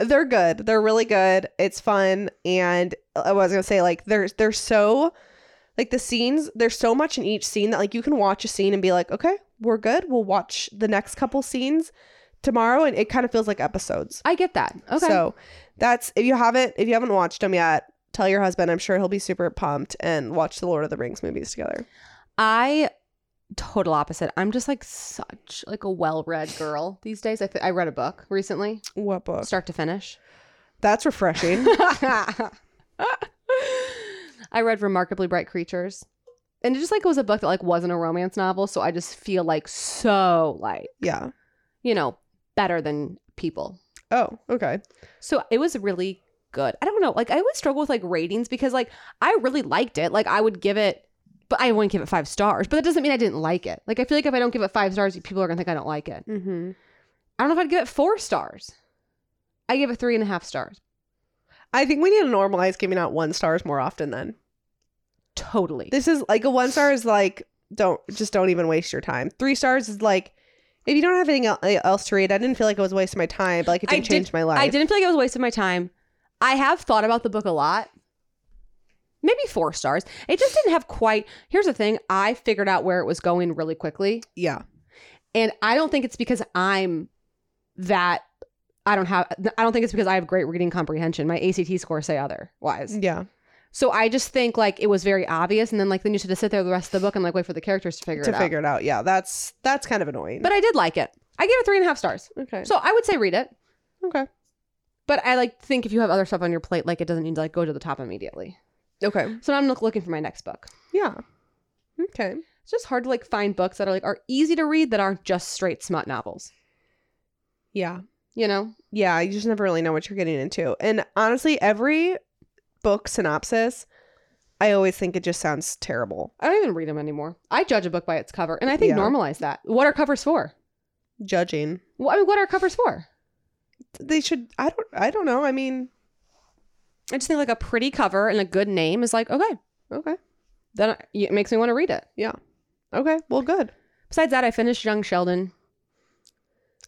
Speaker 3: they're good. They're really good. It's fun, and I was gonna say like they're they're so like the scenes. There's so much in each scene that like you can watch a scene and be like, okay, we're good. We'll watch the next couple scenes tomorrow, and it kind of feels like episodes.
Speaker 2: I get that. Okay.
Speaker 3: So that's if you haven't if you haven't watched them yet, tell your husband. I'm sure he'll be super pumped and watch the Lord of the Rings movies together.
Speaker 2: I total opposite. I'm just like such like a well-read girl these days. I th- I read a book recently,
Speaker 3: What book?
Speaker 2: start to finish.
Speaker 3: That's refreshing.
Speaker 2: I read Remarkably Bright Creatures. And it just like was a book that like wasn't a romance novel, so I just feel like so like,
Speaker 3: yeah.
Speaker 2: you know, better than people.
Speaker 3: Oh, okay.
Speaker 2: So it was really good. I don't know, like I always struggle with like ratings because like I really liked it. Like I would give it but I wouldn't give it 5 stars, but that doesn't mean I didn't like it. Like I feel like if I don't give it 5 stars, people are going to think I don't like it.
Speaker 3: Mm-hmm.
Speaker 2: I don't know if I'd give it four stars. I give it three and a half stars.
Speaker 3: I think we need to normalize giving out one stars more often. Then
Speaker 2: Totally.
Speaker 3: this is like a one star is like don't just don't even waste your time. Three stars is like if you don't have anything el- eh, else to read. I didn't feel like it was a waste of my time. But like it
Speaker 2: I
Speaker 3: didn't change
Speaker 2: did-
Speaker 3: my life.
Speaker 2: I didn't feel like it was a waste of my time. I have thought about the book a lot. Maybe four stars. It just didn't have quite. Here's the thing I figured out where it was going really quickly.
Speaker 3: Yeah.
Speaker 2: And I don't think it's because I'm that. I don't have. I don't think it's because I have great reading comprehension. My ACT scores say otherwise.
Speaker 3: Yeah.
Speaker 2: So I just think like it was very obvious, and then like then you should have sit there the rest of the book and like wait for the characters to figure
Speaker 3: To
Speaker 2: it out.
Speaker 3: figure it out. Yeah. That's that's kind of annoying.
Speaker 2: But I did like it. I gave it three and a half stars.
Speaker 3: okay.
Speaker 2: So I would say read it.
Speaker 3: okay.
Speaker 2: But I like think if you have other stuff on your plate, like it doesn't need to like go to the top immediately.
Speaker 3: Okay.
Speaker 2: So now I'm look, looking for my next book.
Speaker 3: Yeah. Okay.
Speaker 2: It's just hard to like find books that are like are easy to read that aren't just straight smut novels.
Speaker 3: Yeah.
Speaker 2: You know?
Speaker 3: yeah, you just never really know what you're getting into. And honestly, every book synopsis, I always think it just sounds terrible.
Speaker 2: I don't even read them anymore. I judge a book by its cover, and I think
Speaker 3: Yeah.
Speaker 2: normalize that. What are covers for?
Speaker 3: Judging.
Speaker 2: Well, I mean, what are covers for?
Speaker 3: They should I don't I don't know. I mean,
Speaker 2: I just think like a pretty cover and a good name is like okay.
Speaker 3: okay.
Speaker 2: Then I, it makes me want to read it.
Speaker 3: Okay. Well, good.
Speaker 2: Besides that, I finished Young Sheldon.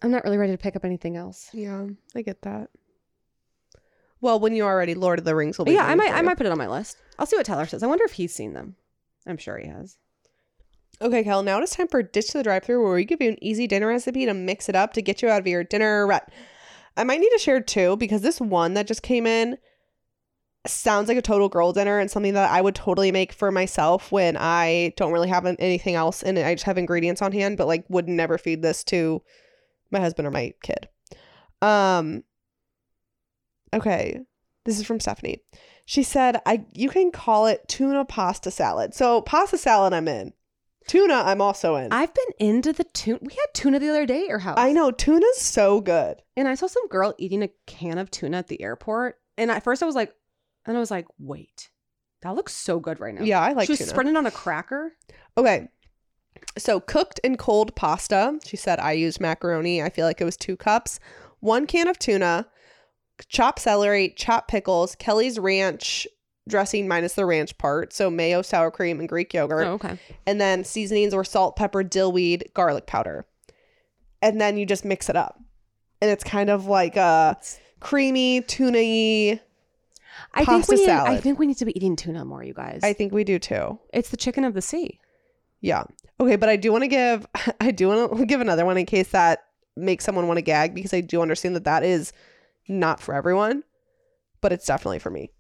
Speaker 2: I'm not really ready to pick up anything else.
Speaker 3: Yeah, I get that. Well, when you are ready, Lord of the Rings will be.
Speaker 2: yeah, I
Speaker 3: waiting
Speaker 2: might
Speaker 3: for
Speaker 2: I
Speaker 3: you.
Speaker 2: might put it on my list. I'll see what Tyler says. I wonder if he's seen them. I'm sure he has.
Speaker 3: Okay, Kel, now it is time for Ditch to the Drive Through, where we give you an easy dinner recipe to mix it up to get you out of your dinner rut. I might need to share two because this one that just came in sounds like a total girl dinner and something that I would totally make for myself when I don't really have an- anything else and I just have ingredients on hand, but like would never feed this to my husband or my kid. Um okay. This is from Stephanie. She said, I you can call it tuna pasta salad. So pasta salad I'm in. Tuna I'm also in.
Speaker 2: I've been into the tuna. We had tuna the other day at your house.
Speaker 3: I know tuna's so good.
Speaker 2: And I saw some girl eating a can of tuna at the airport. And at first I was like, and I was like, wait, that looks so good right now.
Speaker 3: Yeah, I like
Speaker 2: she was
Speaker 3: tuna.
Speaker 2: spreading it on a cracker.
Speaker 3: Okay. So cooked and cold pasta. She said I used macaroni. I feel like it was two cups, one can of tuna, chopped celery, chopped pickles, Kelly's ranch dressing minus the ranch part. So mayo, sour cream, and Greek yogurt.
Speaker 2: okay.
Speaker 3: And then seasonings were salt, pepper, dill weed, garlic powder. And then you just mix it up. And it's kind of like a creamy, tuna
Speaker 2: I think, we
Speaker 3: Pasta
Speaker 2: need, I
Speaker 3: salad.
Speaker 2: think we need to be eating tuna more, you guys.
Speaker 3: I think we do too.
Speaker 2: it's the chicken of the sea.
Speaker 3: Yeah. Okay, but I do want to give I do want to give another one in case that makes someone want to gag because I do understand that that is not for everyone, but it's definitely for me.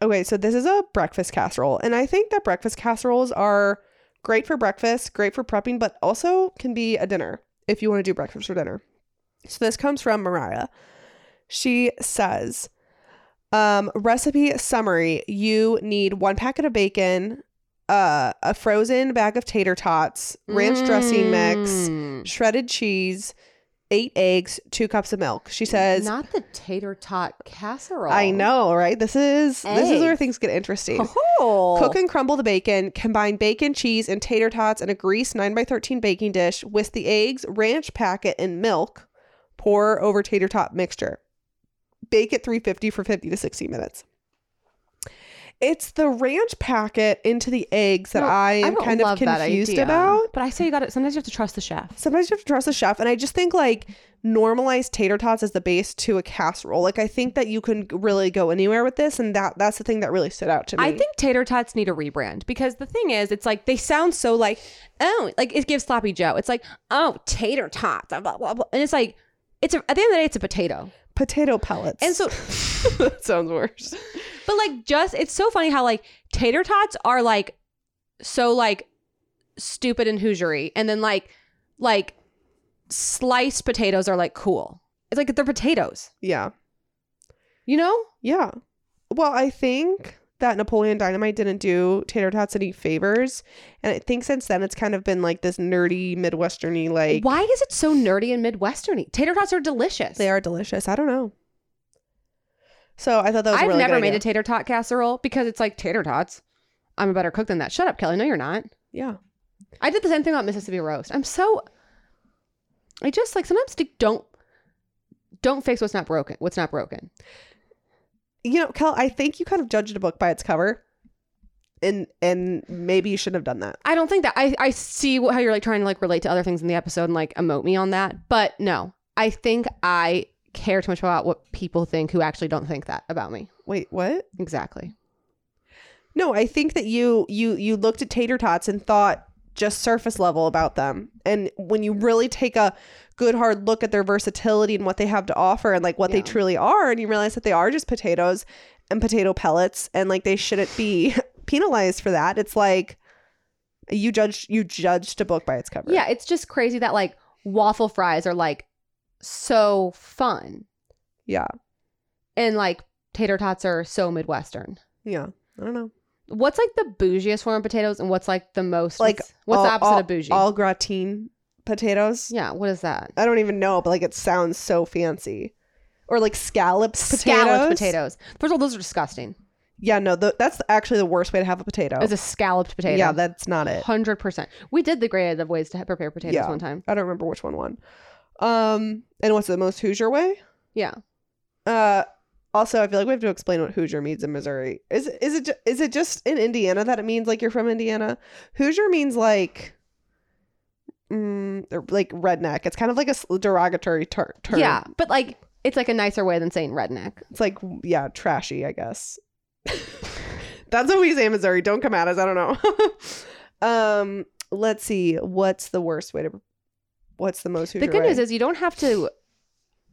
Speaker 3: Okay, so this is a breakfast casserole, and I think that breakfast casseroles are great for breakfast, great for prepping, but also can be a dinner if you want to do breakfast for dinner. So this comes from Mariah. She says, um, recipe summary, you need one packet of bacon, uh, a frozen bag of tater tots, ranch dressing mix,
Speaker 2: Mm.
Speaker 3: shredded cheese, eight eggs, two cups of milk. She says,
Speaker 2: Not the tater tot casserole.
Speaker 3: I know, right? This is this is where
Speaker 2: Eggs.
Speaker 3: things get interesting.
Speaker 2: Oh.
Speaker 3: Cook and crumble the bacon, combine bacon, cheese, and tater tots in a greased 9x13 baking dish, whisk the eggs, ranch packet, and milk, pour over tater tot mixture. Bake at 350 for 50 to 60 minutes. It's the ranch packet into the eggs that
Speaker 2: No,
Speaker 3: I
Speaker 2: I
Speaker 3: am
Speaker 2: don't
Speaker 3: kind of
Speaker 2: love that
Speaker 3: confused
Speaker 2: idea.
Speaker 3: about.
Speaker 2: But I say you got to Sometimes you have to trust the chef.
Speaker 3: Sometimes you have to trust the chef. And I just think like normalize tater tots as the base to a casserole. Like I think that you can really go anywhere with this. And that that's the thing that really stood out to me.
Speaker 2: I think tater tots need a rebrand because the thing is, it's like they sound so like oh, like it gives sloppy Joe. It's like oh, tater tots, blah, blah, blah, blah. and it's like it's a, at the end of the day, it's a potato.
Speaker 3: potato pellets.
Speaker 2: And so,
Speaker 3: that sounds worse.
Speaker 2: but like just it's so funny how like tater tots are like so like stupid and Hoosiery, and then like like sliced potatoes are like cool. It's like they're potatoes,
Speaker 3: Yeah.
Speaker 2: you know.
Speaker 3: Yeah. Well, I think that Napoleon Dynamite didn't do tater tots any favors. And I think since then it's kind of been like this nerdy Midwesterny like
Speaker 2: Why is it so nerdy and midwesterny? Tater tots are delicious.
Speaker 3: they are delicious. I don't know. So I thought that was a
Speaker 2: I've
Speaker 3: really
Speaker 2: never
Speaker 3: good
Speaker 2: made
Speaker 3: idea.
Speaker 2: a tater tot casserole because it's like tater tots. I'm a better cook than that. Shut up, Kelly. No, you're not.
Speaker 3: Yeah.
Speaker 2: I did the same thing about Mississippi roast. I'm so. I just like sometimes d- don't don't fix what's not broken. What's not broken.
Speaker 3: You know, Kel, I think you kind of judged a book by its cover. And and maybe you shouldn't have done that.
Speaker 2: I don't think that I I see wh- how you're like trying to like relate to other things in the episode and like emote me on that. But no, I think I care too much about what people think who actually don't think that about me.
Speaker 3: Wait, what?
Speaker 2: Exactly.
Speaker 3: No, I think that you you you looked at tater tots and thought just surface level about them. And when you really take a good hard look at their versatility and what they have to offer and like what they
Speaker 2: Yeah.
Speaker 3: truly are and you realize that they are just potatoes and potato pellets and like they shouldn't be penalized for that. It's like you judged you judged a book by its cover.
Speaker 2: Yeah, it's just crazy that like waffle fries are like so fun.
Speaker 3: Yeah.
Speaker 2: and like tater tots are so midwestern
Speaker 3: Yeah. I don't know.
Speaker 2: what's like the bougiest form of potatoes and what's like the most
Speaker 3: Like,
Speaker 2: what's, what's the
Speaker 3: All-
Speaker 2: opposite
Speaker 3: all,
Speaker 2: of bougie
Speaker 3: All gratin potatoes.
Speaker 2: yeah what is that
Speaker 3: I don't even know, but like it sounds so fancy. Or like scallops potatoes.
Speaker 2: scalloped potatoes first of all those are disgusting
Speaker 3: Yeah, no, th- that's actually the worst way to have a potato.
Speaker 2: it's a scalloped potato
Speaker 3: Oh. Yeah, that's not it.
Speaker 2: 100% we did the grade of ways to prepare potatoes
Speaker 3: Yeah.
Speaker 2: one time
Speaker 3: I don't remember which one won. Um, and what's the most Hoosier way?
Speaker 2: yeah
Speaker 3: Uh, also, I feel like we have to explain what Hoosier means in Missouri. Is is it ju- is it just in Indiana that it means like you're from Indiana? Hoosier means like, mm, or, like redneck. It's kind of like a s- derogatory ter- term.
Speaker 2: yeah but like it's like a nicer way than saying redneck
Speaker 3: it's like yeah, trashy. I guess. that's what we say in Missouri. Don't come at us. I don't know. um, let's see. What's the worst way to? What's the most? Hoosier
Speaker 2: the good
Speaker 3: way?
Speaker 2: news is you don't have to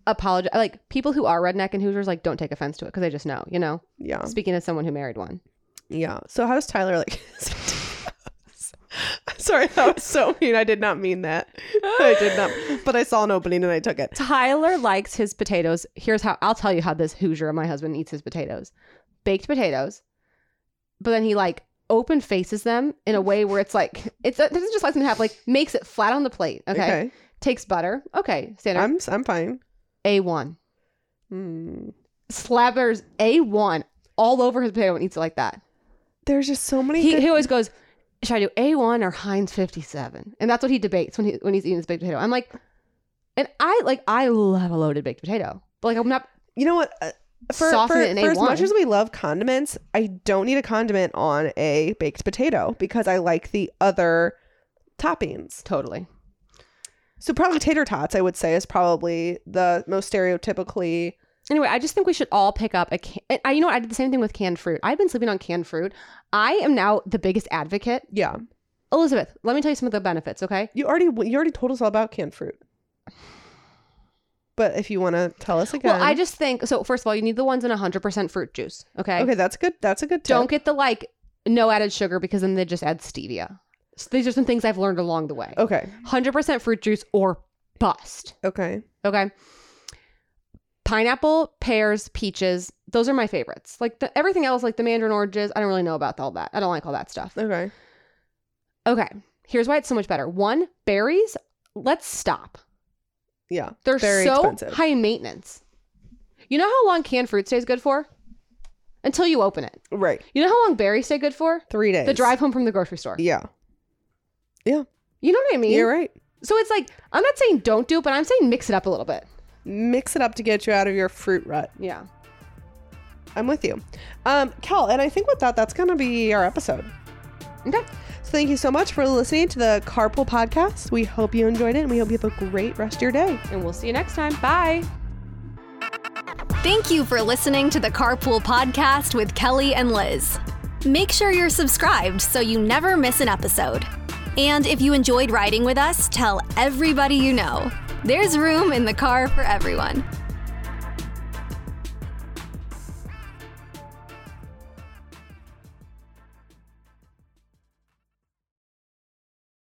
Speaker 2: apologize. Like people who are redneck and Hoosiers, like don't take offense to it because they just know, you know.
Speaker 3: Yeah.
Speaker 2: Speaking as someone who married one,
Speaker 3: Yeah. So how's Tyler like? Sorry, that was so mean. I did not mean that. I did not. But I saw an opening and I took it.
Speaker 2: Tyler likes his potatoes. Here's how I'll tell you how this Hoosier, my husband, eats his potatoes: baked potatoes, but then he like open faces them in a way where it's like it's it doesn't just let them have like makes it flat on the plate. Okay,
Speaker 3: Okay.
Speaker 2: takes butter. Okay, standard
Speaker 3: I'm I'm fine.
Speaker 2: A one
Speaker 3: Hmm.
Speaker 2: slabbers A one all over his potato and eats it like that.
Speaker 3: There's just so many.
Speaker 2: he,
Speaker 3: good-
Speaker 2: he always goes, "Should I do A one or Heinz 57?" And that's what he debates when he when he's eating his baked potato. I'm like, and I like I love a loaded baked potato, but like I'm not.
Speaker 3: you know what? Uh, for
Speaker 2: Soften
Speaker 3: for,
Speaker 2: it in
Speaker 3: for as
Speaker 2: A1.
Speaker 3: much as we love condiments, I don't need a condiment on a baked potato because I like the other toppings.
Speaker 2: Totally.
Speaker 3: So probably tater tots, I would say, is probably the most stereotypically.
Speaker 2: Anyway, I just think we should all pick up a can. and I, you know what? I did the same thing with canned fruit. I've been sleeping on canned fruit. I am now the biggest advocate.
Speaker 3: Yeah.
Speaker 2: Elizabeth, let me tell you some of the benefits, okay?
Speaker 3: You already you already told us all about canned fruit. But if you want to tell us again,
Speaker 2: Well, I just think so. First of all, you need the ones in 100% fruit juice, okay?
Speaker 3: okay, that's good. That's a good. Tip.
Speaker 2: Don't get the like no added sugar because then they just add stevia. So these are some things I've learned along the way.
Speaker 3: Okay.
Speaker 2: 100% fruit juice or bust.
Speaker 3: Okay.
Speaker 2: Okay. Pineapple, pears, peaches, those are my favorites. Like the, everything else, like the mandarin oranges, I don't really know about all that. I don't like all that stuff.
Speaker 3: Okay.
Speaker 2: Okay. Here's why it's so much better. One, berries, let's stop.
Speaker 3: Yeah.
Speaker 2: They're
Speaker 3: Very
Speaker 2: so
Speaker 3: expensive.
Speaker 2: high maintenance. You know how long canned fruit stays good for? Until you open it.
Speaker 3: Right.
Speaker 2: You know how long berries stay good for?
Speaker 3: Three days.
Speaker 2: The drive home from the grocery store.
Speaker 3: Yeah. Yeah.
Speaker 2: You know what I mean?
Speaker 3: You're right.
Speaker 2: So it's like, I'm not saying don't do it, but I'm saying mix it up a little bit.
Speaker 3: Mix it up to get you out of your fruit rut.
Speaker 2: Yeah.
Speaker 3: I'm with you. Um, Kel, and I think with that, that's going to be our episode.
Speaker 2: Okay.
Speaker 3: So thank you so much for listening to the Carpool Podcast. We hope you enjoyed it and we hope you have a great rest of your day.
Speaker 2: and we'll see you next time. Bye.
Speaker 1: Thank you for listening to the Carpool Podcast with Kelly and Liz. Make sure you're subscribed so you never miss an episode. And if you enjoyed riding with us, tell everybody you know. There's room in the car for everyone.